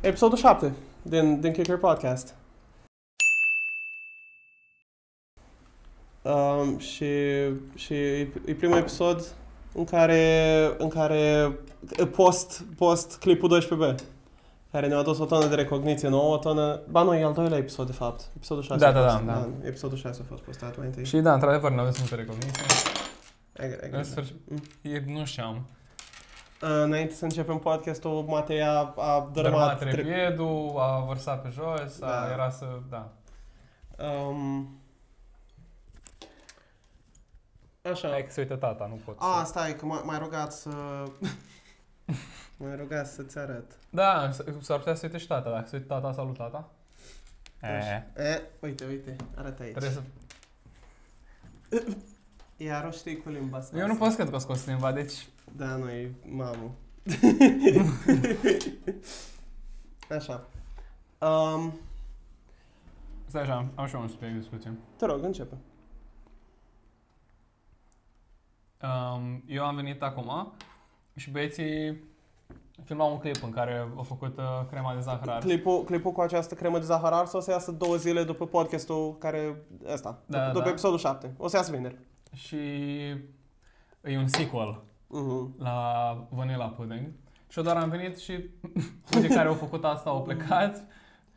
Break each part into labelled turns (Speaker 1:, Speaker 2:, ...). Speaker 1: episodul 7 din, din Kicker Podcast. Um, și, și e e primul episod în care, în care post, post clipul 12B care ne-a adus o tonă de recogniție nouă, o tonă... Ba nu, e al doilea episod, de fapt. Episodul 6
Speaker 2: Da,
Speaker 1: a
Speaker 2: da,
Speaker 1: fost,
Speaker 2: da, da.
Speaker 1: Episodul 6 a fost postat mai întâi.
Speaker 2: Și da, într-adevăr, n-am avut multă recogniție.
Speaker 1: Ai- ai-
Speaker 2: În sfârșit,
Speaker 1: Mm.
Speaker 2: e, nu știam.
Speaker 1: Uh, Înainte să începem podcastul, Matei a, a
Speaker 2: Dărmat
Speaker 1: dărâmat... tre-
Speaker 2: trepiedul, a vărsat pe jos, a,
Speaker 1: Da.
Speaker 2: era să... Da.
Speaker 1: Um, așa.
Speaker 2: Hai că se uită tata, nu pot
Speaker 1: A,
Speaker 2: să...
Speaker 1: stai, că m-ai m-ai rugat să... m-ai rugat să-ți arăt.
Speaker 2: Da, s- s-ar putea să se uite și tata. Dacă se uită tata, salut tata.
Speaker 1: Deci,
Speaker 2: E,
Speaker 1: E, uite, uite, arată aici.
Speaker 2: trebuie să...
Speaker 1: E aroștii cu limba asta.
Speaker 2: Eu nu pot să cred că o scos limba, deci...
Speaker 1: Da, nu, e mamă. așa. Um,
Speaker 2: Stai așa, am și eu un subiect de discuție.
Speaker 1: te rog, începe.
Speaker 2: Um, eu am venit acum și băieții filmau un clip în care au făcut uh, crema de zahăr ars.
Speaker 1: Clipul, clipul cu această cremă de zahăr ars o să iasă două zile după podcastul care... Ăsta.
Speaker 2: Da,
Speaker 1: după,
Speaker 2: da.
Speaker 1: după episodul 7. O să iasă vineri.
Speaker 2: Și e un sequel
Speaker 1: Mhm.
Speaker 2: la Vanilla Pudding. Și eu doar am venit și de care au făcut asta au plecat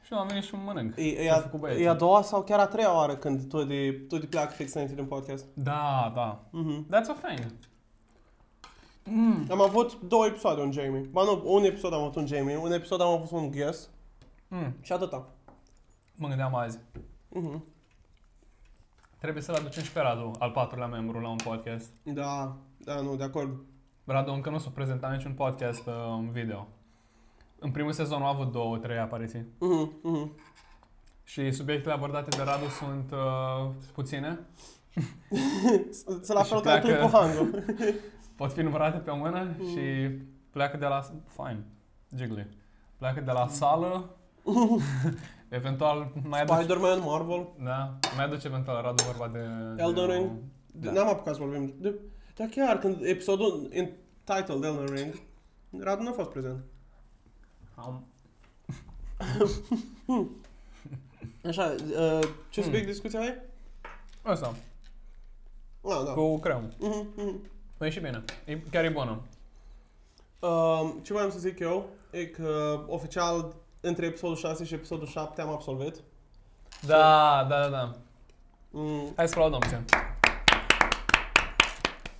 Speaker 2: și eu am venit și mănânc.
Speaker 1: E, e,
Speaker 2: Ce-au
Speaker 1: a,
Speaker 2: făcut băieții.
Speaker 1: e a doua sau chiar a treia oară când tu de, tu de pleacă fix înainte de un podcast.
Speaker 2: Da, da.
Speaker 1: Mhm.
Speaker 2: That's a thing. Mm.
Speaker 1: Am avut două episoade un Jamie. Ba nu, un episod am avut un Jamie, un episod am avut un Guess
Speaker 2: Mm.
Speaker 1: și atâta.
Speaker 2: Mă gândeam azi.
Speaker 1: Mhm.
Speaker 2: Trebuie să-l aducem și pe Radu, al patrulea membru, la un podcast.
Speaker 1: Da, da, nu, de acord.
Speaker 2: Radu încă nu s-a prezentat niciun podcast uh, în video. În primul sezon a avut două, trei apariții.
Speaker 1: Mhm, mhm.
Speaker 2: Și subiectele abordate de Radu sunt uh, puține.
Speaker 1: Sunt la
Speaker 2: Și
Speaker 1: fel ca
Speaker 2: pleacă-
Speaker 1: clipul Hango.
Speaker 2: Pot fi numărate pe o mână și pleacă de la... Fine, jiggly. Pleacă de la sală, eventual mai aduce...
Speaker 1: Spider-Man, Marvel.
Speaker 2: Da, mai aduce eventual Radu vorba de...
Speaker 1: Elden
Speaker 2: de,
Speaker 1: Ring.
Speaker 2: Da.
Speaker 1: N-am apucat să vorbim. De, dar chiar când episodul entitled Elden Ring, Radu nu a fost prezent.
Speaker 2: Am...
Speaker 1: Așa, uh, ce
Speaker 2: Hmm.
Speaker 1: subiect discuția ai?
Speaker 2: Asta,
Speaker 1: Ah, da.
Speaker 2: cu cremă.
Speaker 1: Mhm, mhm.
Speaker 2: Păi și bine, e, chiar e bună.
Speaker 1: Um, ce voiam să zic eu e că oficial între episodul 6 și episodul 7 am absolvit.
Speaker 2: Da, da, da, da.
Speaker 1: Mm,
Speaker 2: Hai să aplaudăm ție.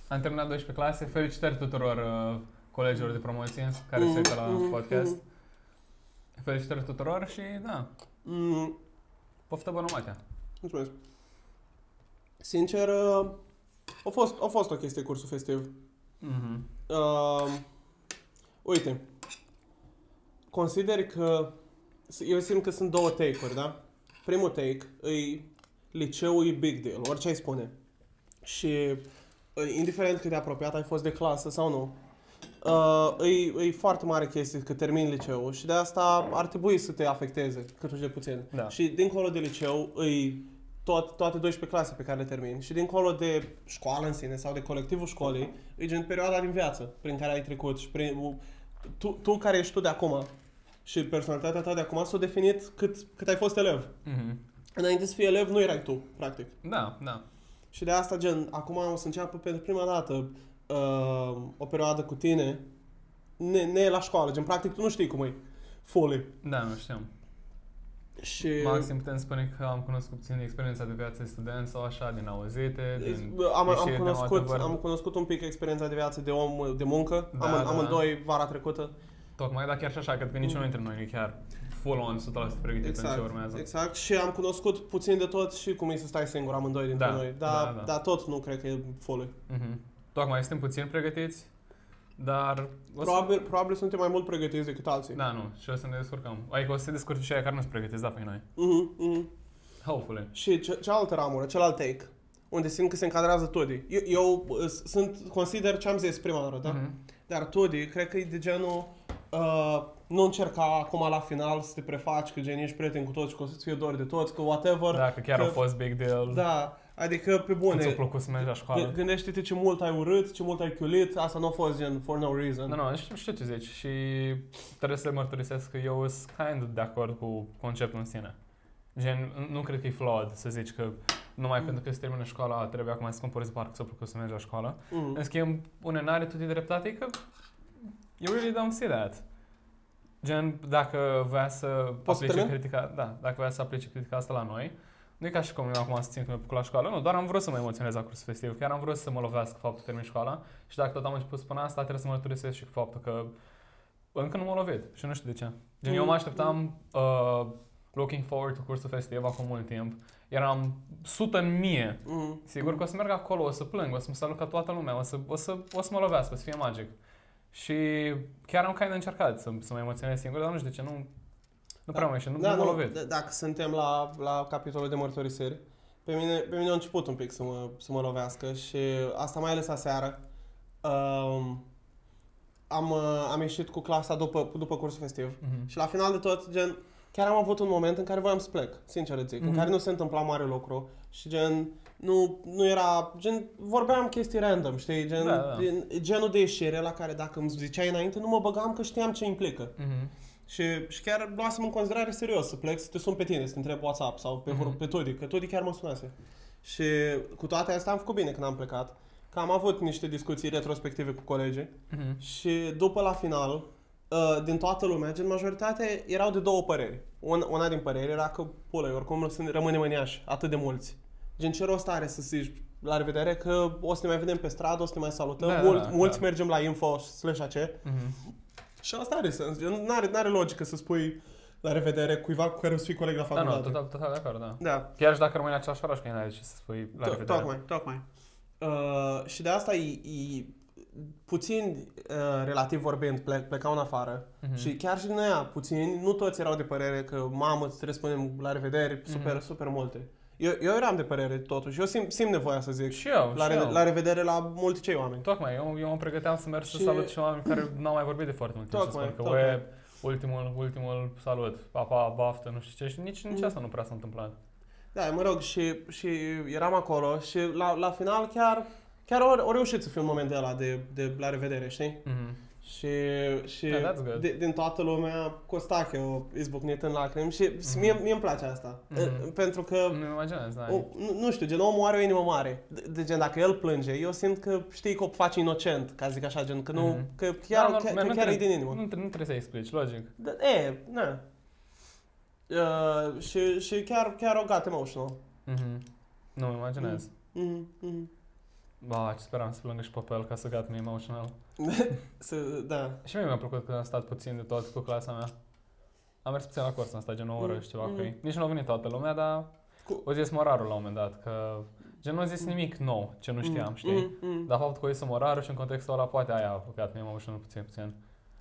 Speaker 2: Am terminat 12 clase. Felicitări tuturor uh, colegilor de promoție care se uită la
Speaker 1: Mm, mm,
Speaker 2: podcast.
Speaker 1: mm. Mm-hmm.
Speaker 2: Felicitări tuturor și da,
Speaker 1: mm,
Speaker 2: poftă bună, Matea.
Speaker 1: mulțumesc. Sincer, uh, a fost, a fost o chestie cursul festiv.
Speaker 2: Mm-hmm.
Speaker 1: Um, uite, consider că eu simt că sunt două take-uri, da? Primul take îi liceul e big deal, orice ai spune. Și uh, indiferent cât de apropiat ai fost de clasă sau nu, uh, e, e foarte mare chestie că termin liceul și de asta ar trebui să te afecteze cât uși de puțin.
Speaker 2: Da.
Speaker 1: Și dincolo de liceu, e tot, toate 12 clase pe care le termin și dincolo de școală în sine sau de colectivul școlii, e gen perioada din viață prin care ai trecut și prin, uh, tu, tu care ești tu de acum și personalitatea ta de acum s-a definit cât, cât ai fost elev.
Speaker 2: Mm-hmm.
Speaker 1: Înainte să fii elev, nu erai tu, practic.
Speaker 2: Da, da.
Speaker 1: Și de asta, gen, acum o să înceapă pentru prima dată uh, o perioadă cu tine, ne, ne la școală, gen, practic tu nu știi cum e fully.
Speaker 2: Da, nu știam.
Speaker 1: Și
Speaker 2: Maxim putem spune că am cunoscut puțin experiența de viață de student sau așa, din auzite, din
Speaker 1: am, am,
Speaker 2: ieșiri de
Speaker 1: cunoscut,
Speaker 2: adevăr.
Speaker 1: am cunoscut un pic experiența de viață de om, de muncă,
Speaker 2: Da,
Speaker 1: am,
Speaker 2: da, da.
Speaker 1: amândoi vara trecută.
Speaker 2: Tocmai, dar chiar și așa, cred că niciunul dintre noi nu e chiar full-on 100% pregătit pentru ce urmează.
Speaker 1: exact. Și am cunoscut puțin de tot și cum e să stai singur amândoi dintre
Speaker 2: Da,
Speaker 1: noi. Dar,
Speaker 2: da, da.
Speaker 1: dar tot nu cred că e fully.
Speaker 2: Mhm. Tocmai suntem puțin pregătiți, dar... O să...
Speaker 1: Probabil, probabil suntem mai mult pregătiți decât alții.
Speaker 2: Da, nu, și o să ne descurcăm. Adică o să se descurce și aia care nu sunt pregătiți, da, pe noi.
Speaker 1: Mhm, mhm.
Speaker 2: Hopefully.
Speaker 1: Și ce, cealaltă ramură, celălalt take, unde simt că se încadrează Tudi. Eu, eu uh, sunt, consider ce am zis prima oară, da?
Speaker 2: Mhm.
Speaker 1: Dar Tudi, cred că e de genul... Uh, nu încerca acum la final să te prefaci că gen ești prieten cu toți și că o să-ți fie dor de toți, că whatever.
Speaker 2: Da, că chiar
Speaker 1: că,
Speaker 2: a fost big deal.
Speaker 1: Da, Adică, pe
Speaker 2: Cât ți-a
Speaker 1: bune,
Speaker 2: plăcut să mergi la
Speaker 1: gâ-
Speaker 2: școală?
Speaker 1: gândește-te ce mult ai urât, ce mult ai chiulit, asta nu a fost gen for no reason.
Speaker 2: Nu, nu, știu, știu ce zici și trebuie să mărturisesc că eu sunt kind of de acord cu conceptul în sine. Gen, nu- nu cred că e flawed să zici că numai
Speaker 1: Mm.
Speaker 2: pentru că se termină școala trebuie acum să cumpărezi parc sau că să mergi la școală.
Speaker 1: Mm.
Speaker 2: În schimb, uneori tu de dreptate e că you really don't see that. Gen, dacă vrea să
Speaker 1: Poți să
Speaker 2: aplice
Speaker 1: termin?
Speaker 2: critica, da, dacă vrea să aplice critica asta la noi, nu e ca și cum eu acum țin că mi-a plăcut la școală, nu, doar am vrut să mă emoționez la cursul festiv, chiar am vrut să mă lovească faptul că termin școala și dacă tot am început să spun asta, trebuie să mă mărturisesc și cu faptul că încă nu m-am lovit și nu știu de ce. Gen,
Speaker 1: Mm.
Speaker 2: eu mă așteptam uh, looking forward to cursul festiv acum mult timp, eram sută în mie
Speaker 1: Mm.
Speaker 2: Sigur că o să merg acolo, o să plâng, o să mă salut ca toată lumea, o să, o să, o să mă lovească, o să fie magic. Și chiar am kind of încercat să, să mă emoționez singur, dar nu știu de ce, nu, nu prea mă ieșe, nu,
Speaker 1: Da,
Speaker 2: nu mă
Speaker 1: nu,
Speaker 2: lovesc.
Speaker 1: d- dacă suntem la, la capitolul de mărturisiri, pe mine, pe mine a început un pic să mă, să mă lovească și asta mai ales aseară. Um, am, uh, am ieșit cu clasa după, după cursul festiv
Speaker 2: Mhm.
Speaker 1: și la final de tot, gen, chiar am avut un moment în care voiam să plec, sincer îți zic, mm-hmm. în
Speaker 2: Mhm.
Speaker 1: care nu se întâmpla mare lucru și gen, nu, nu era, gen, vorbeam chestii random, știi, gen,
Speaker 2: Da, da.
Speaker 1: gen, genul de ieșire la care dacă îmi ziceai înainte nu mă băgam că știam ce implică.
Speaker 2: Mhm.
Speaker 1: Și, și chiar luasem în considerare serios să plec, să te sun pe tine, să te întreb WhatsApp sau pe,
Speaker 2: Mhm.
Speaker 1: mm-hmm. pe Todi, că Todi chiar mă sunase. Și cu toate astea am făcut bine când am plecat, că am avut niște discuții retrospective cu colegii
Speaker 2: Mhm.
Speaker 1: și după la final, uh, din toată lumea, gen majoritate, erau de două păreri. Un- Una din păreri era că, pula, eu oricum sunt- rămânem în Iași, atât de mulți. Gen, ce rost are să zici la revedere că o să ne mai vedem pe stradă, o să ne mai salutăm,
Speaker 2: Da,
Speaker 1: da,
Speaker 2: da,
Speaker 1: mulți,
Speaker 2: da,
Speaker 1: da, mulți
Speaker 2: da.
Speaker 1: mergem la info slash AC.
Speaker 2: Mhm.
Speaker 1: Și asta are sens. Nu are, n-are logică să spui la revedere cuiva cu care o să fii coleg la
Speaker 2: Da, nu,
Speaker 1: facultate.
Speaker 2: total, total de acord, da.
Speaker 1: Da,
Speaker 2: Chiar și dacă rămâi în același oraș, că n-ai de ce să spui la
Speaker 1: to-
Speaker 2: revedere.
Speaker 1: tocmai, tocmai. Uh, și de asta e, e puțin uh, relativ vorbind plec, plecau în afară
Speaker 2: Mhm.
Speaker 1: și chiar și din aia puțin, nu toți erau de părere că mamă, îți trebuie să spunem la revedere
Speaker 2: Mhm.
Speaker 1: super, super multe. Eu, eu eram de părere totuși, eu simt, simt nevoia să zic
Speaker 2: Și eu,
Speaker 1: la,
Speaker 2: și
Speaker 1: re-
Speaker 2: eu.
Speaker 1: la revedere la mulți cei oameni.
Speaker 2: Tocmai, eu, eu mă pregăteam să merg să
Speaker 1: Și-
Speaker 2: salut și oameni care n-au mai vorbit de foarte mult timp, să
Speaker 1: Tocmai,
Speaker 2: spun că
Speaker 1: tocmai.
Speaker 2: "Ue, ultimul, ultimul salut, pa, pa, baftă, nu știu ce, și nici, nici
Speaker 1: Mm.
Speaker 2: asta nu prea s-a întâmplat.
Speaker 1: Da, mă rog, și, și eram acolo și la, la final chiar, chiar au, au reușit să fiu un moment de ăla de, de la revedere, știi?
Speaker 2: Mhm.
Speaker 1: Și, și
Speaker 2: Da, that's good.
Speaker 1: de, din toată lumea, Costache a izbucnit în lacrimi și mm-hmm. mie mie îmi place asta.
Speaker 2: Mhm.
Speaker 1: Mm-hmm. Pentru că,
Speaker 2: Nu-mi imaginez, da.
Speaker 1: o, nu, nu știu, gen omul are o inimă mare. De, de gen, dacă el plânge, eu simt că știi că o face inocent, ca zic așa, gen, că nu,
Speaker 2: Mhm.
Speaker 1: că chiar,
Speaker 2: Da,
Speaker 1: chiar,
Speaker 2: normal,
Speaker 1: că chiar e din inimă.
Speaker 2: Nu, tre- nu trebuie să explici, logic.
Speaker 1: Da, e, na. Uh, și, și chiar, chiar o got emotional.
Speaker 2: Mm-hmm. Nu îmi imaginez.
Speaker 1: Mm-hmm.
Speaker 2: Ba, ce speram să plângă și Popel ca să gat mi emotional.
Speaker 1: Să, da.
Speaker 2: Și mie mi-a plăcut că am stat puțin de tot cu clasa mea. Am mers puțin la curs, am stat gen o oră
Speaker 1: Mm,
Speaker 2: și ceva cu
Speaker 1: mm.
Speaker 2: ei. Nici nu a venit toată lumea, dar
Speaker 1: Cu-
Speaker 2: o zis morarul la un moment dat, că gen nu a zis
Speaker 1: Mm.
Speaker 2: nimic nou ce nu știam,
Speaker 1: Mm,
Speaker 2: știi?
Speaker 1: mm, mm.
Speaker 2: Dar faptul că o zis morarul și în contextul ăla poate aia a apucat mi emotional puțin, puțin.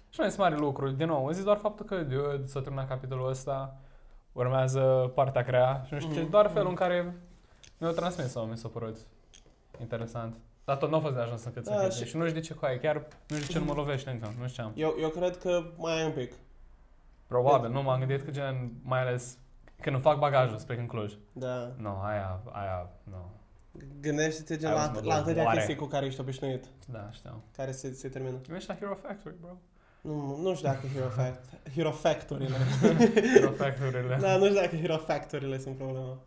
Speaker 2: Și nu a zis mare lucru, din nou, a zis doar faptul că dude, s-a terminat capitolul ăsta, urmează partea grea și nu știu ce,
Speaker 1: Mm,
Speaker 2: doar felul
Speaker 1: mm.
Speaker 2: în care mi-au transmis sau mi s-a părut interesant. Dar tot nu a fost de ajuns încât să
Speaker 1: Da,
Speaker 2: cred.
Speaker 1: și-
Speaker 2: Și nu știu de ce cu aia, chiar nu știu ce nu mă lovește încă, nu știu ce am.
Speaker 1: Eu, eu cred că mai ai un pic.
Speaker 2: Probabil, nu m-am gândit că gen, mai ales când îmi fac bagajul spre în Cluj.
Speaker 1: Da.
Speaker 2: Nu, no, aia, aia, nu. No.
Speaker 1: Gândește-te gen
Speaker 2: Hai,
Speaker 1: la,
Speaker 2: să mă
Speaker 1: la
Speaker 2: duc.
Speaker 1: atâtea
Speaker 2: Oare?
Speaker 1: chestii cu care ești obișnuit,
Speaker 2: Da, știu.
Speaker 1: care se, se termină.
Speaker 2: Ești la Hero Factory, bro.
Speaker 1: Nu, nu știu dacă Hero, Fact, Hero Factory-le.
Speaker 2: Hero Factory-urile.
Speaker 1: da, nu știu dacă Hero Factory-le sunt problema.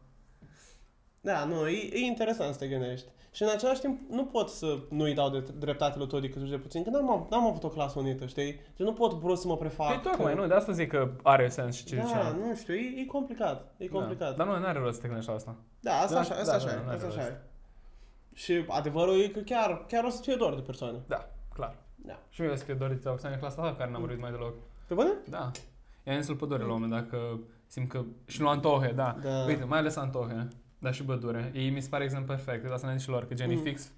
Speaker 1: Da, nu, e, e interesant să te gândești. Și în același timp nu pot să nu-i dau de dreptate lui Todi cât de puțin, că n-am, av- n-am avut o clasă unită, știi? Deci nu pot brusc să mă prefac.
Speaker 2: Păi tocmai,
Speaker 1: că...
Speaker 2: nu, de asta zic că are sens și ce
Speaker 1: Da,
Speaker 2: ziceam.
Speaker 1: nu știu, e, e complicat. E complicat.
Speaker 2: Da. Dar nu, n-are rost să te gândești la asta.
Speaker 1: Da, asta
Speaker 2: Da,
Speaker 1: așa, asta
Speaker 2: da,
Speaker 1: așa,
Speaker 2: da,
Speaker 1: e,
Speaker 2: da,
Speaker 1: asta
Speaker 2: da,
Speaker 1: așa.
Speaker 2: da.
Speaker 1: e. Și adevărul e că chiar, chiar o să fie dor de persoane.
Speaker 2: Clar.
Speaker 1: Da.
Speaker 2: Și mie o să fie dorit de Oxana clasa ta, care n-am vorbit mai deloc.
Speaker 1: Pe bune?
Speaker 2: Da. I-am zis lui Pădure la un moment dat că simt că... Și lui Antohe, da.
Speaker 1: Da.
Speaker 2: Uite, mai ales Antohe, dar și Bădure. Ei mi se pare exemplu perfect, de asta ne-am zis și lor, că gen e
Speaker 1: Mm.
Speaker 2: fix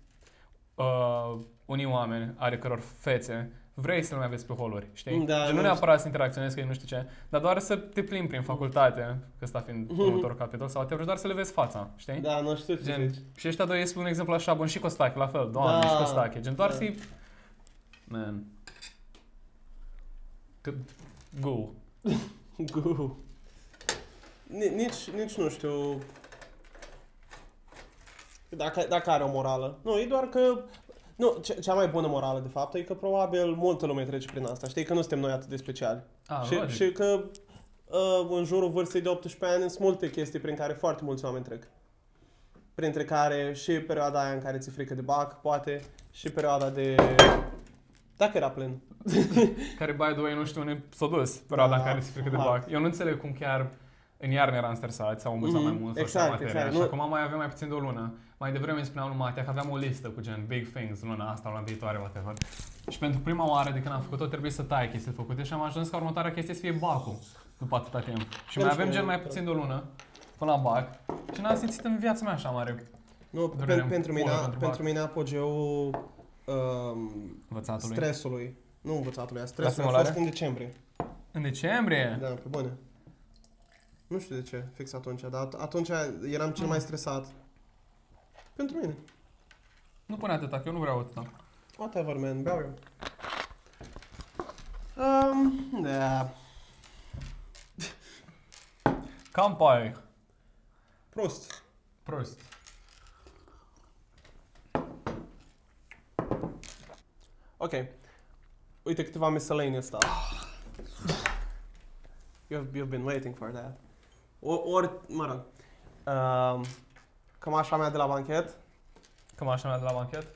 Speaker 2: uh, unii oameni are căror fețe vrei să le mai vezi pe holuri, știi?
Speaker 1: Da,
Speaker 2: gen, nu
Speaker 1: nu
Speaker 2: neapărat să interacționezi cu ei, nu știu ce, dar doar să te plimbi prin facultate, că ăsta fiind
Speaker 1: Mhm.
Speaker 2: următorul capitol, sau te vrei doar să le vezi fața, știi?
Speaker 1: Da, nu știu ce
Speaker 2: Gen,
Speaker 1: zici.
Speaker 2: și ăștia doi este un exemplu așa bun și Costache, la fel, doamne,
Speaker 1: Da.
Speaker 2: și Costache. Gen, doar
Speaker 1: Da.
Speaker 2: să-i... Man. Că... Go.
Speaker 1: Gu. Ni- Nici, nici nu știu. Dacă, dacă are o morală. Nu, e doar că... Nu, ce- cea mai bună morală, de fapt, e că probabil multă lume trece prin asta. Știi că nu suntem noi atât de speciali.
Speaker 2: A,
Speaker 1: și,
Speaker 2: logic.
Speaker 1: și că uh, în jurul vârstei de 18 ani sunt multe chestii prin care foarte mulți oameni trec. Printre care și perioada aia în care ți frică de bac, poate, și perioada de... Dacă era plen.
Speaker 2: Care, by the way, nu știu unde s-a dus perioada
Speaker 1: Da,
Speaker 2: în care se frică de
Speaker 1: fuck.
Speaker 2: bac. Eu nu înțeleg cum chiar în iarnă eram stresați sau învățam
Speaker 1: Mhm,
Speaker 2: mai mult sau
Speaker 1: exact,
Speaker 2: așa materia.
Speaker 1: exact,
Speaker 2: și
Speaker 1: nu-
Speaker 2: acum mai avem mai puțin de o lună. Mai devreme îmi spuneam lui Matea că aveam o listă cu gen big things luna asta, luna viitoare, whatever. Și pentru prima oară de când am făcut-o trebuie să tai chestii făcute și am ajuns ca următoarea chestie să fie bacul după atâta timp. Și mai
Speaker 1: Deci,
Speaker 2: avem
Speaker 1: e-
Speaker 2: gen mai puțin de o lună până la bac și n-am simțit în viața mea așa mare
Speaker 1: Nu,
Speaker 2: Durere
Speaker 1: pen, pentru, mine,
Speaker 2: bună pentru
Speaker 1: pentru mine apogeul um,
Speaker 2: învățatului.
Speaker 1: stresului, nu învățatului, a stresului a
Speaker 2: simulare?
Speaker 1: fost în decembrie.
Speaker 2: În decembrie?
Speaker 1: Da, pe bune. Nu știu de ce, fix atunci, dar at- atunci eram cel
Speaker 2: Mm.
Speaker 1: mai stresat. Pentru mine.
Speaker 2: Nu pune atâta, că eu nu vreau atâta.
Speaker 1: Whatever, man, beau eu. Um, da,
Speaker 2: Campai.
Speaker 1: prost.
Speaker 2: Prost.
Speaker 1: Ok. Uite câteva miscellaneous stuff. You've, you've been waiting for that. O, ori, mă rog, um, cămașa mea de la banchet,
Speaker 2: Cam așa mea de la banchet.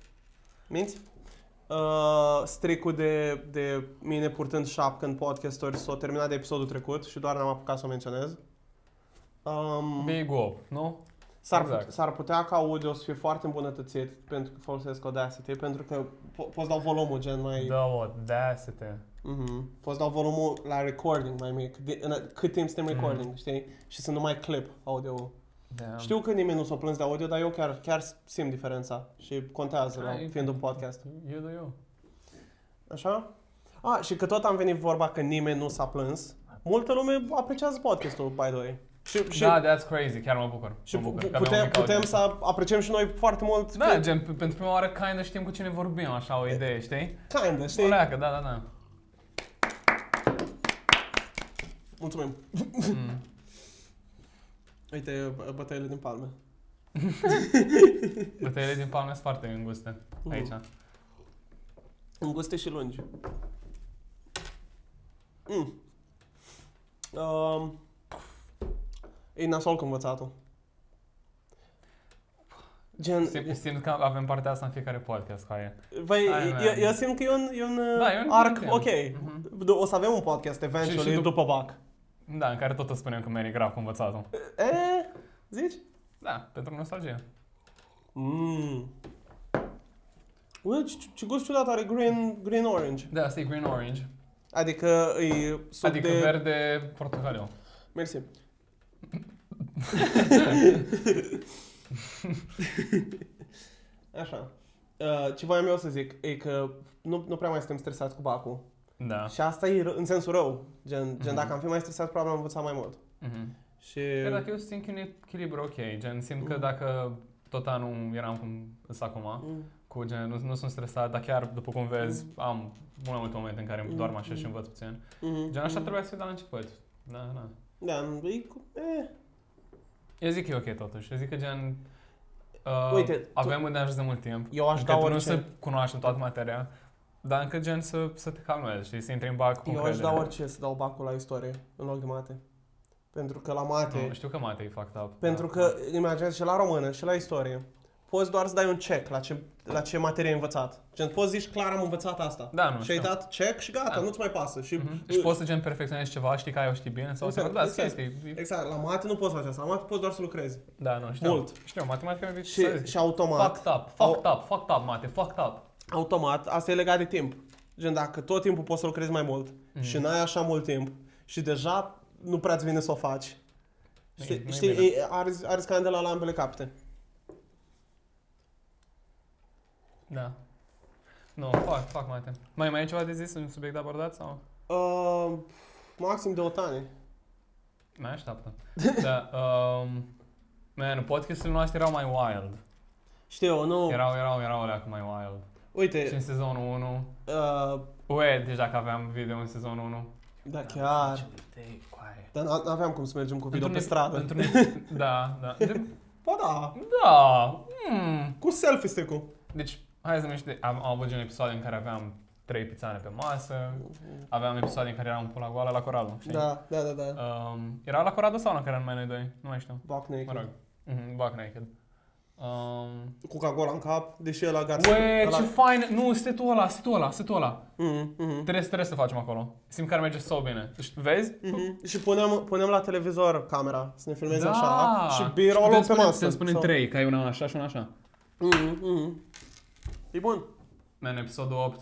Speaker 1: minți? Uh, stricul de, de mine purtând șapcă în podcasturi s-a terminat de episodul trecut și doar n-am apucat să o menționez. Um,
Speaker 2: Big up, nu?
Speaker 1: S-ar,
Speaker 2: Exact.
Speaker 1: put- s-ar putea ca audio să fie foarte îmbunătățit pentru că folosesc Audacity, pentru că po- poți da volumul gen mai...
Speaker 2: Da, audacity.
Speaker 1: Mhm.
Speaker 2: Mm-hmm.
Speaker 1: Poți da volumul la recording mai mic, de, în, cât timp suntem
Speaker 2: Mhm.
Speaker 1: recording, știi? Și să nu mai clip audio
Speaker 2: Da.
Speaker 1: Știu că nimeni nu s-a plâns de audio, dar eu chiar, chiar simt diferența și contează, la,
Speaker 2: Hai.
Speaker 1: fiind un podcast.
Speaker 2: Eu da eu.
Speaker 1: Așa? A, și că tot am venit vorba că nimeni nu s-a plâns, multă lume apreciază podcastul, by the way. Și, și,
Speaker 2: Da, that's crazy, chiar mă bucur.
Speaker 1: și
Speaker 2: mă
Speaker 1: pu-
Speaker 2: bucur,
Speaker 1: pu-
Speaker 2: că avem un
Speaker 1: putem,
Speaker 2: mic audio.
Speaker 1: putem să apreciem și noi foarte mult
Speaker 2: Da, gen, pe- pentru prima oară kinda știm cu cine vorbim, așa o idee, știi?
Speaker 1: kinda, știi?
Speaker 2: O leacă, da, da, da.
Speaker 1: Mulțumim.
Speaker 2: Mm.
Speaker 1: Uite, bă- bătăile din palme.
Speaker 2: Bătăile din palme sunt foarte înguste
Speaker 1: Mm.
Speaker 2: aici.
Speaker 1: Înguste și lungi. Mm. Um, e nasol cu învățatul. Gen,
Speaker 2: Simt, simt că avem partea asta în fiecare podcast, ca e.
Speaker 1: băi,
Speaker 2: Hai, hai,
Speaker 1: eu,
Speaker 2: hai.
Speaker 1: eu simt că e un, e un uh,
Speaker 2: Da, e un
Speaker 1: arc,
Speaker 2: content.
Speaker 1: ok.
Speaker 2: Mhm.
Speaker 1: O să avem un podcast eventually
Speaker 2: Și- și dup-
Speaker 1: după BAC.
Speaker 2: Da, în care tot o spunem că Mary grav cu învățatul.
Speaker 1: E, zici?
Speaker 2: Da, pentru nostalgie.
Speaker 1: Mm. Ui, ce, ce gust ciudat are green, green orange.
Speaker 2: Da, asta e green orange.
Speaker 1: Adică e suc
Speaker 2: adică
Speaker 1: de...
Speaker 2: verde portocaliu.
Speaker 1: Mersi. Așa. Uh, Ce voiam eu să zic e că nu, nu prea mai suntem stresați cu bacul.
Speaker 2: Da.
Speaker 1: Și asta e ră- în sensul rău. Gen, gen
Speaker 2: Mhm.
Speaker 1: dacă am fi mai stresați, probabil am învățat mai mult.
Speaker 2: Mhm.
Speaker 1: Și...
Speaker 2: Dar dacă eu simt că e un echilibru ok, gen simt că
Speaker 1: Mm.
Speaker 2: dacă tot anul eram cum sunt acum,
Speaker 1: Mm.
Speaker 2: cu gen nu, nu sunt stresat, dar chiar după cum vezi am mult multe momente în care
Speaker 1: Mm,
Speaker 2: doarm așa și
Speaker 1: mm.
Speaker 2: învăț puțin.
Speaker 1: Mhm.
Speaker 2: Gen așa trebuia să fiu de la început. Da, da.
Speaker 1: Da, e cu... Eh.
Speaker 2: Eu zic că e ok totuși, eu zic că gen uh,
Speaker 1: Uite, tu-
Speaker 2: avem de ajuns de mult timp.
Speaker 1: Eu aș
Speaker 2: Încă
Speaker 1: da
Speaker 2: tu
Speaker 1: orice...
Speaker 2: nu să cunoaștem toată materia, dar încă gen să, să te calmezi, știi, să intri în bac cu
Speaker 1: Eu aș
Speaker 2: încredere.
Speaker 1: da orice să dau bacul la istorie în loc de mate. Pentru că la mate...
Speaker 2: Nu, știu că mate e fucked up.
Speaker 1: Pentru
Speaker 2: da.
Speaker 1: că, imaginez, și la română, și la istorie, poți doar să dai un check la ce, la ce materie ai învățat. Gen, poți zici clar am învățat asta.
Speaker 2: Da, nu
Speaker 1: și ai
Speaker 2: știu.
Speaker 1: dat check și gata,
Speaker 2: Da.
Speaker 1: nu-ți mai pasă. Și,
Speaker 2: Mhm. Deci poți să gen perfecționezi ceva, știi că ai o știi bine sau
Speaker 1: Exact,
Speaker 2: să da,
Speaker 1: exact.
Speaker 2: chestii. e-
Speaker 1: Exact, la mate nu poți face asta, la mate poți doar să lucrezi.
Speaker 2: Da, nu, știu.
Speaker 1: Mult.
Speaker 2: Știu, matematica mi-a venit să
Speaker 1: Și,
Speaker 2: zic.
Speaker 1: și automat,
Speaker 2: Fucked up, fucked up, fucked up, mate, fucked up.
Speaker 1: automat, asta e legat de timp. Gen, dacă tot timpul poți să lucrezi mai mult
Speaker 2: Mhm.
Speaker 1: și n-ai așa mult timp și deja nu prea-ți vine să o faci,
Speaker 2: Nu e-
Speaker 1: știi,
Speaker 2: nu e
Speaker 1: știi
Speaker 2: bine.
Speaker 1: e- arzi, arzi candela la ambele capete.
Speaker 2: Da. Nu, fac, fac, mate. Mai, mai e ceva de zis în subiect de abordat sau?
Speaker 1: Uh, maxim de otane.
Speaker 2: Mai așteaptă. Da, um, man, podcasturile noastre erau mai wild.
Speaker 1: Știu, nu...
Speaker 2: Erau, erau, erau alea cu mai wild. Și
Speaker 1: Uite,
Speaker 2: în sezonul 1.
Speaker 1: uh,
Speaker 2: Ue, deja că aveam video în sezonul 1.
Speaker 1: Da, chiar. Dar n- n-aveam cum să mergem cu video pe stradă.
Speaker 2: Într-un, da, da. De,
Speaker 1: Ba da,
Speaker 2: Da. Hmm.
Speaker 1: cu selfie stick-ul.
Speaker 2: Deci, hai să numește, am, am avut un episod în care aveam trei pițane pe masă, aveam episod în care eram pula goală la coralul, știi?
Speaker 1: Da, da, da, da.
Speaker 2: Um, era la coralul sau la care eram mai noi doi? Nu mai știu.
Speaker 1: Buck
Speaker 2: Mă
Speaker 1: naked.
Speaker 2: rog. Mhm, Buck naked. Um,
Speaker 1: Cu cagola în cap, deși ăla garsa.
Speaker 2: Ue,
Speaker 1: ăla-
Speaker 2: ce fain! Nu, stai tu ăla, stai tu ăla, stai tu ăla.
Speaker 1: Mhm, mhm.
Speaker 2: Trebuie, trebuie să facem acolo. Simt că ar merge so bine. Deci, Vezi?
Speaker 1: Mhm. Și punem, punem la televizor camera să ne filmeze
Speaker 2: Da.
Speaker 1: așa și
Speaker 2: putem
Speaker 1: B-roll pe
Speaker 2: spune-
Speaker 1: masă.
Speaker 2: Putem spune în
Speaker 1: Sau-
Speaker 2: trei, că ai una așa și una așa.
Speaker 1: Mhm, mhm. E bun.
Speaker 2: Man, episodul 8.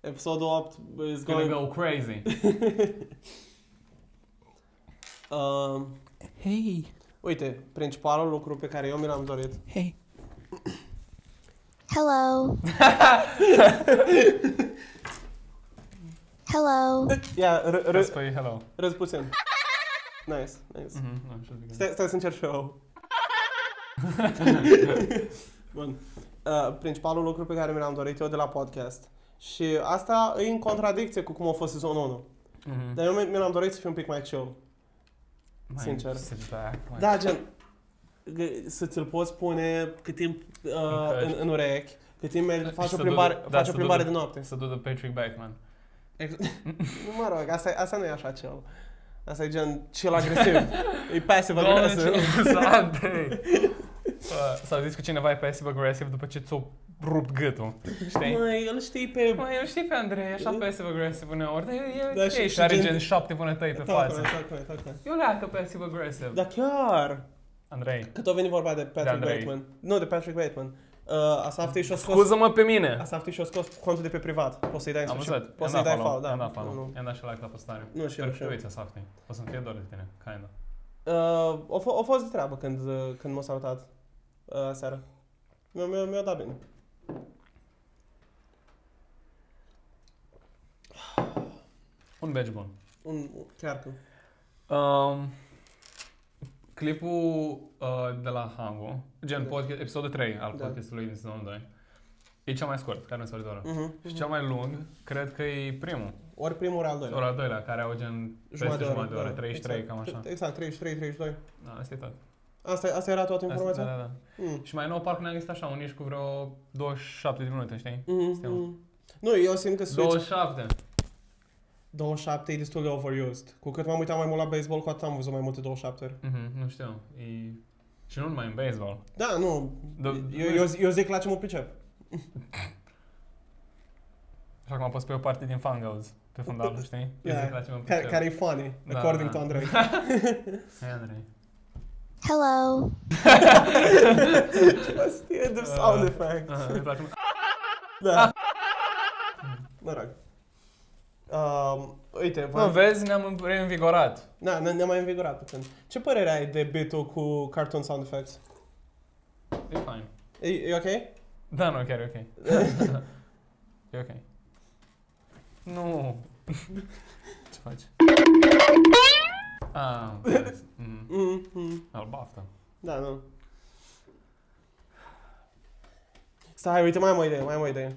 Speaker 1: Episodul 8 is
Speaker 2: Gonna
Speaker 1: going...
Speaker 2: go crazy.
Speaker 1: Um,
Speaker 3: Hey,
Speaker 1: uite, principalul lucru pe care eu mi l-am dorit.
Speaker 3: hey.
Speaker 4: Hello. Hello.
Speaker 1: Ia, r-
Speaker 2: Râs
Speaker 1: r-
Speaker 2: pe ei, hello.
Speaker 1: râs puțin. Nice, nice.
Speaker 2: Mhm, nu, știu de ce.
Speaker 1: Stai, stai să încerc și eu. Bun. Uh, principalul lucru pe care mi l-am dorit eu de la podcast. Și asta e în contradicție cu cum a fost sezonul 1.
Speaker 2: Mhm.
Speaker 1: Dar eu mi- mi l-am dorit să fiu un pic mai chill.
Speaker 2: Mai
Speaker 1: sincer.
Speaker 2: sit back, mai-
Speaker 1: Da, gen, g- să ți-l poți pune cât timp uh, în, în urechi, cât timp mergi,
Speaker 2: Și
Speaker 1: faci
Speaker 2: să
Speaker 1: o
Speaker 2: dudă-
Speaker 1: plimbare,
Speaker 2: da,
Speaker 1: faci
Speaker 2: să
Speaker 1: o plimbare de
Speaker 2: dudă-
Speaker 1: noapte.
Speaker 2: Să duc de Patrick Bateman.
Speaker 1: Nu, mă rog, asta, asta nu e așa chill. Asta e gen chill agresiv. e pasiv agresiv.
Speaker 2: S-a zis că cineva e passive-aggressive după ce ți-o rupt gâtul, știi?
Speaker 1: Măi, îl știi pe...
Speaker 2: Măi, eu știi pe Andrei, e așa passive-aggressive uneori, dar e- e
Speaker 1: Da,
Speaker 2: da,
Speaker 1: și-
Speaker 2: și,
Speaker 1: și
Speaker 2: are
Speaker 1: gen- Da,
Speaker 2: gen șapte vânătăi pe
Speaker 1: Toată,
Speaker 2: față.
Speaker 1: toată, toată.
Speaker 2: Eu leacă passive-aggressive.
Speaker 1: Dar chiar,
Speaker 2: Andrei,
Speaker 1: cât a venit vorba de Patrick
Speaker 2: Andrei.
Speaker 1: Bateman. Nu, de Patrick Bateman. Uh, Asafti și-a scos...
Speaker 2: scuză-mă pe mine!
Speaker 1: Asafti și-a scos contul de pe privat. Poți să-i dai în
Speaker 2: Am
Speaker 1: sfârșit.
Speaker 2: văzut,
Speaker 1: Poți să-i dai follow,
Speaker 2: i-am
Speaker 1: da.
Speaker 2: dat
Speaker 1: Nu,
Speaker 2: follow,
Speaker 1: nu.
Speaker 2: i-am dat și like la postare.
Speaker 1: Nu, și eu,
Speaker 2: Dar
Speaker 1: și eu.
Speaker 2: uite, Safti, o să-mi fie dor de tine, kinda.
Speaker 1: Uh, o, f- o fost de treabă când, uh, când m-a salutat uh, seara. Mi-a, mi-a, mi-a dat bine.
Speaker 2: Un badge bun.
Speaker 1: Un, chiar că.
Speaker 2: Um, clipul uh, de la Hangu, gen
Speaker 1: Da.
Speaker 2: podcast, episodul 3 al
Speaker 1: Da.
Speaker 2: podcastului din sezonul 2, e cel mai scurt, care nu se oră.
Speaker 1: Mhm.
Speaker 2: Și cel mai lung, cred că e primul,
Speaker 1: Ori primul, ori al doilea.
Speaker 2: ori al doilea, care au gen peste jumătate de oră, 33,
Speaker 1: exact.
Speaker 2: cam așa.
Speaker 1: Exact, 33, 32.
Speaker 2: Da, asta e tot.
Speaker 1: Asta, asta era toată
Speaker 2: Asta, da,
Speaker 1: informația?
Speaker 2: da, da.
Speaker 1: Mm.
Speaker 2: Și mai nou parcă ne-am găsit așa, un nici cu vreo 27 de minute, știi?
Speaker 1: Mm,
Speaker 2: Stiu.
Speaker 1: mm. Nu, eu simt că Switch
Speaker 2: 27!
Speaker 1: 27 e destul de overused. Cu cât m-am uitat mai mult la baseball, cu atât am văzut mai multe 27
Speaker 2: Mhm, nu știu, e... Și nu numai în baseball.
Speaker 1: Da, nu.
Speaker 2: Da,
Speaker 1: Eu, eu, eu zic la ce mă pricep.
Speaker 2: Așa cum am pus pe o parte din Fangirls, pe fundal, știi? Eu
Speaker 1: Da.
Speaker 2: zic la ce mă
Speaker 1: Care,
Speaker 2: pricep.
Speaker 1: care e funny,
Speaker 2: Da,
Speaker 1: according to
Speaker 2: da.
Speaker 1: Andrei.
Speaker 2: Hai, Andrei.
Speaker 4: Hello.
Speaker 1: Just the
Speaker 2: Uh,
Speaker 1: sound effect.
Speaker 2: Aha, îmi place mult.
Speaker 1: Da. Mă rog. Um, uite,
Speaker 2: Nu,
Speaker 1: v-am-
Speaker 2: vezi, ne-am reinvigorat.
Speaker 1: da, ne- ne-am mai învigorat puțin. Ce părere ai de beat-ul cu cartoon sound effects?
Speaker 2: E fine.
Speaker 1: E, e ok?
Speaker 2: Da, nu, chiar e ok. e ok. Nu. Ce faci? Ah, am înțeles. Mhm.
Speaker 1: Mm, mm.
Speaker 2: Albaftă.
Speaker 1: Da, nu. Stai, uite, mai am o idee, mai am o idee.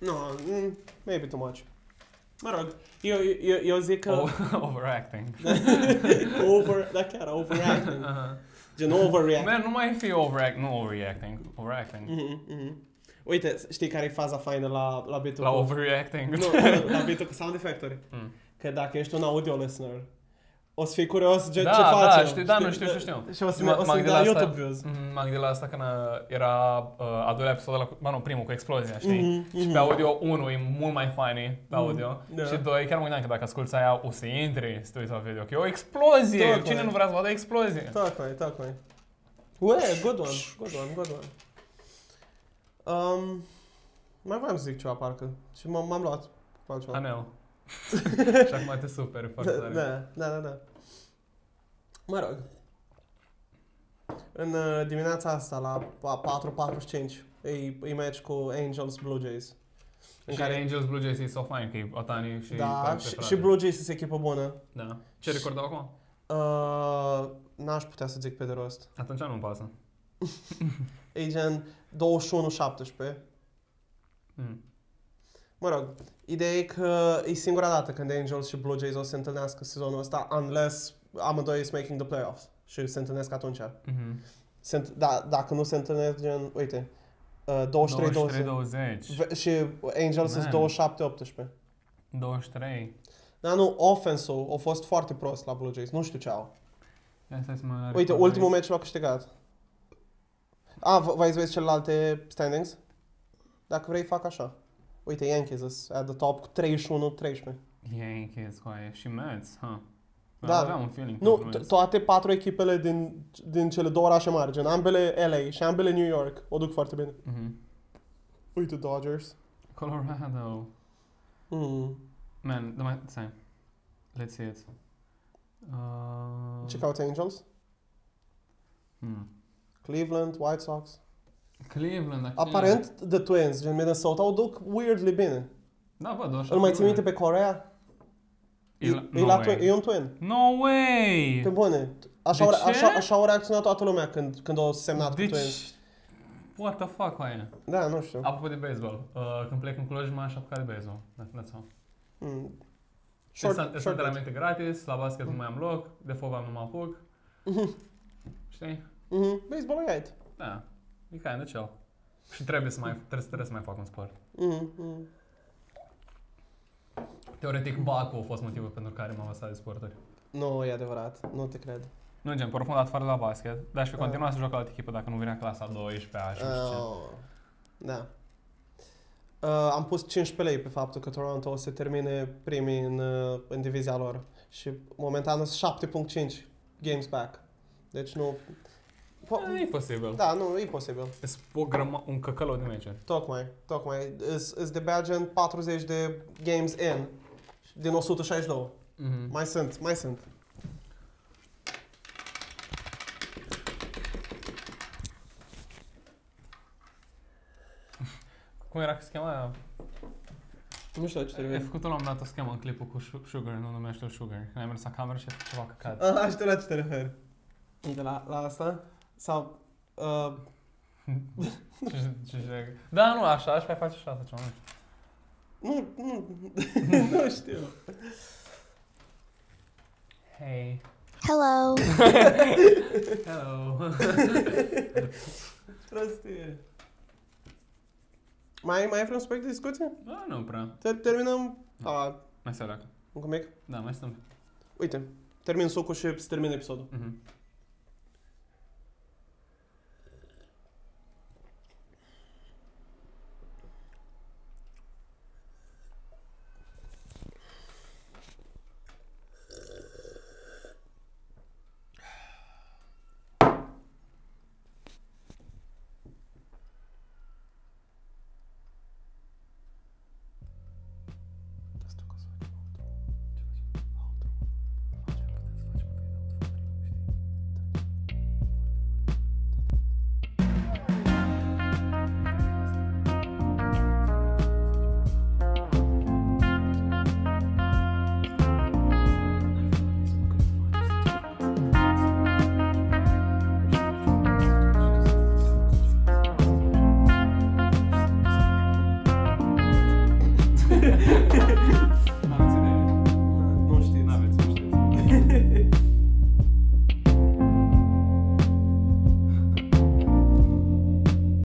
Speaker 1: No, mm, maybe too much. Mă rog, eu, eu, eu zic că...
Speaker 2: O- Overacting. Uh-huh.
Speaker 1: over, da chiar, overreacting.
Speaker 2: Aha.
Speaker 1: Gen overreacting.
Speaker 2: Man, nu mai fi overacting, nu overreacting, overacting.
Speaker 1: Mhm, mhm. Uite, știi care e faza faină la, la beat-ul?
Speaker 2: La
Speaker 1: cu-
Speaker 2: overreacting.
Speaker 1: Nu, nu, la beat-ul cu sound effecturi.
Speaker 2: Mm.
Speaker 1: Că dacă ești un audio listener, o să fii curios ce,
Speaker 2: Da,
Speaker 1: ce
Speaker 2: da,
Speaker 1: faci.
Speaker 2: știu, da, nu, știu, știu, știu.
Speaker 1: Și o să,
Speaker 2: M-
Speaker 1: ne, o
Speaker 2: m-am
Speaker 1: să
Speaker 2: gândit
Speaker 1: da
Speaker 2: la asta.
Speaker 1: YouTube views.
Speaker 2: Mhm, M-am gândit la asta când uh, era uh, al doilea episod, de la, ba nu, primul cu explozia, știi?
Speaker 1: Mhm,
Speaker 2: Și
Speaker 1: mhm.
Speaker 2: pe Tipo, é audio, unul e mult mai funny pe audio. Tipo,
Speaker 1: da.
Speaker 2: Și doi, chiar mă gândeam că dacă asculti aia, o să intri să te uiți la video. Că e o explozie!
Speaker 1: Tocmai.
Speaker 2: Cine nu vrea să vadă explozie?
Speaker 1: Tocmai, tocmai. Ue, good one, good one, good one. Um, mai vreau să zic ceva, parcă. Și m- m-am luat cu altceva.
Speaker 2: Anel. și acum te superi foarte
Speaker 1: Da,
Speaker 2: tare.
Speaker 1: da, da, da. Mă rog. În uh, dimineața asta, la pa- 4.45, îi, îi match cu Angels Blue Jays. În
Speaker 2: Și
Speaker 1: care,
Speaker 2: Angels Blue Jays e so fine, că e Otani și...
Speaker 1: da,
Speaker 2: Patrick
Speaker 1: și,
Speaker 2: Petrarca.
Speaker 1: și Blue Jays este echipă bună.
Speaker 2: Da. Ce recordau acum?
Speaker 1: Uh, n-aș putea să zic pe de rost.
Speaker 2: Atunci nu-mi pasă.
Speaker 1: E gen 21-17.
Speaker 2: Mm.
Speaker 1: Mă rog, ideea e că e singura dată când Angels și Blue Jays o să se întâlnească sezonul ăsta, unless amândoi is making the playoffs și se întâlnesc atunci.
Speaker 2: Mhm.
Speaker 1: Se, înt- da, dacă nu se întâlnesc, gen, uite, uh, 23-20.
Speaker 2: 23-20.
Speaker 1: Ve- Și Angels
Speaker 2: Man.
Speaker 1: sunt 27-18.
Speaker 2: 23.
Speaker 1: Dar nu, offense-ul a fost foarte prost la Blue Jays, nu știu ce au.
Speaker 2: Ia stai să mă arăt
Speaker 1: Uite,
Speaker 2: pe
Speaker 1: ultimul
Speaker 2: aici.
Speaker 1: meci l-a câștigat. A, v- v-ai zis celelalte standings? Dacă vrei, fac așa. Uite, Yankees is at the top cu 31-13.
Speaker 2: Yankees, coaie. Și Mets, ha.
Speaker 1: Da.
Speaker 2: Da. Aveam un um feeling
Speaker 1: Nu,
Speaker 2: pentru
Speaker 1: to-
Speaker 2: Mets.
Speaker 1: toate patru echipele din, din cele două orașe mari, gen ambele LA și ambele New York, o duc foarte bine.
Speaker 2: Mhm.
Speaker 1: Uite, Dodgers.
Speaker 2: Colorado.
Speaker 1: Mm.
Speaker 2: Man, dar mai stai. Let's see it. Uh,
Speaker 1: Ce cauți Angels?
Speaker 2: hmm.
Speaker 1: Cleveland, White Sox.
Speaker 2: Cleveland, dacă
Speaker 1: Aparent, The Twins, gen Minnesota, o duc weirdly bine.
Speaker 2: Da, văd, o
Speaker 1: Îl mai ții minte pe Corea?
Speaker 2: E la-
Speaker 1: e,
Speaker 2: no
Speaker 1: la
Speaker 2: way.
Speaker 1: twin, e un twin.
Speaker 2: No way!
Speaker 1: Pe bune. Așa,
Speaker 2: De
Speaker 1: au,
Speaker 2: ce?
Speaker 1: așa, așa au reacționat toată lumea când, când au semnat
Speaker 2: deci...
Speaker 1: cu Twins.
Speaker 2: What the fuck, aia?
Speaker 1: Da, nu știu.
Speaker 2: Apropo de baseball, uh, când plec în Cluj, m-am șapcat de baseball. Da, that's all.
Speaker 1: Mm. Short, Mhm.
Speaker 2: Short,
Speaker 1: short bet.
Speaker 2: antrenamente gratis, la basket nu mai am loc, de fotbal nu mă apuc. Știi?
Speaker 1: Mhm. Baseball e right.
Speaker 2: Da, e kind of chill. Și trebuie să mai, trebuie, trebuie să mai fac un sport.
Speaker 1: Mhm, mhm.
Speaker 2: Teoretic, Bacu a fost motivul pentru care m-am lăsat de sporturi.
Speaker 1: Nu, e adevărat. Nu te cred.
Speaker 2: Nu, gen, profund afară la basket, dar aș fi
Speaker 1: Da.
Speaker 2: continuat să joc la altă echipă dacă nu vinea clasa a 12 și nu știu ce.
Speaker 1: Oh. Da. Uh, am pus 15 lei pe faptul că Toronto o să termine primii în, uh, în divizia lor. Și momentan sunt 7.5 games back. Deci nu...
Speaker 2: Da,
Speaker 1: Po-
Speaker 2: E posibil.
Speaker 1: da, nu, e posibil.
Speaker 2: Sunt o grăma- un căcălău de meciuri.
Speaker 1: Tocmai, tocmai. Îs de bea gen 40 de games in din 162.
Speaker 2: Mhm.
Speaker 1: Mai sunt, mai sunt.
Speaker 2: Cum era că se chema aia?
Speaker 1: Nu știu ce
Speaker 2: Ai
Speaker 1: Deci trebuie.
Speaker 2: făcut la un moment dat o schemă în clipul cu Su- Sugar, nu numește Sugar. Când ai mers la cameră și ai făcut ceva căcat.
Speaker 1: Ah, știu la ce te referi. De la, la asta? Sau... Uh,
Speaker 2: Ce- ce- ce- Da, nu, așa, aș mai face așa atunci, nu știu.
Speaker 1: nu, nu, nu știu.
Speaker 2: Hey.
Speaker 4: Hello.
Speaker 2: Hello.
Speaker 1: Prostie. Mai, mai ai vreun subiect de discuție?
Speaker 2: da, nu prea.
Speaker 1: Te- Terminăm... A,
Speaker 2: Mai se leacă.
Speaker 1: încă un mic.
Speaker 2: Da, mai stăm.
Speaker 1: Uite, termin sucul și se termin episodul.
Speaker 2: Mhm.
Speaker 1: Da.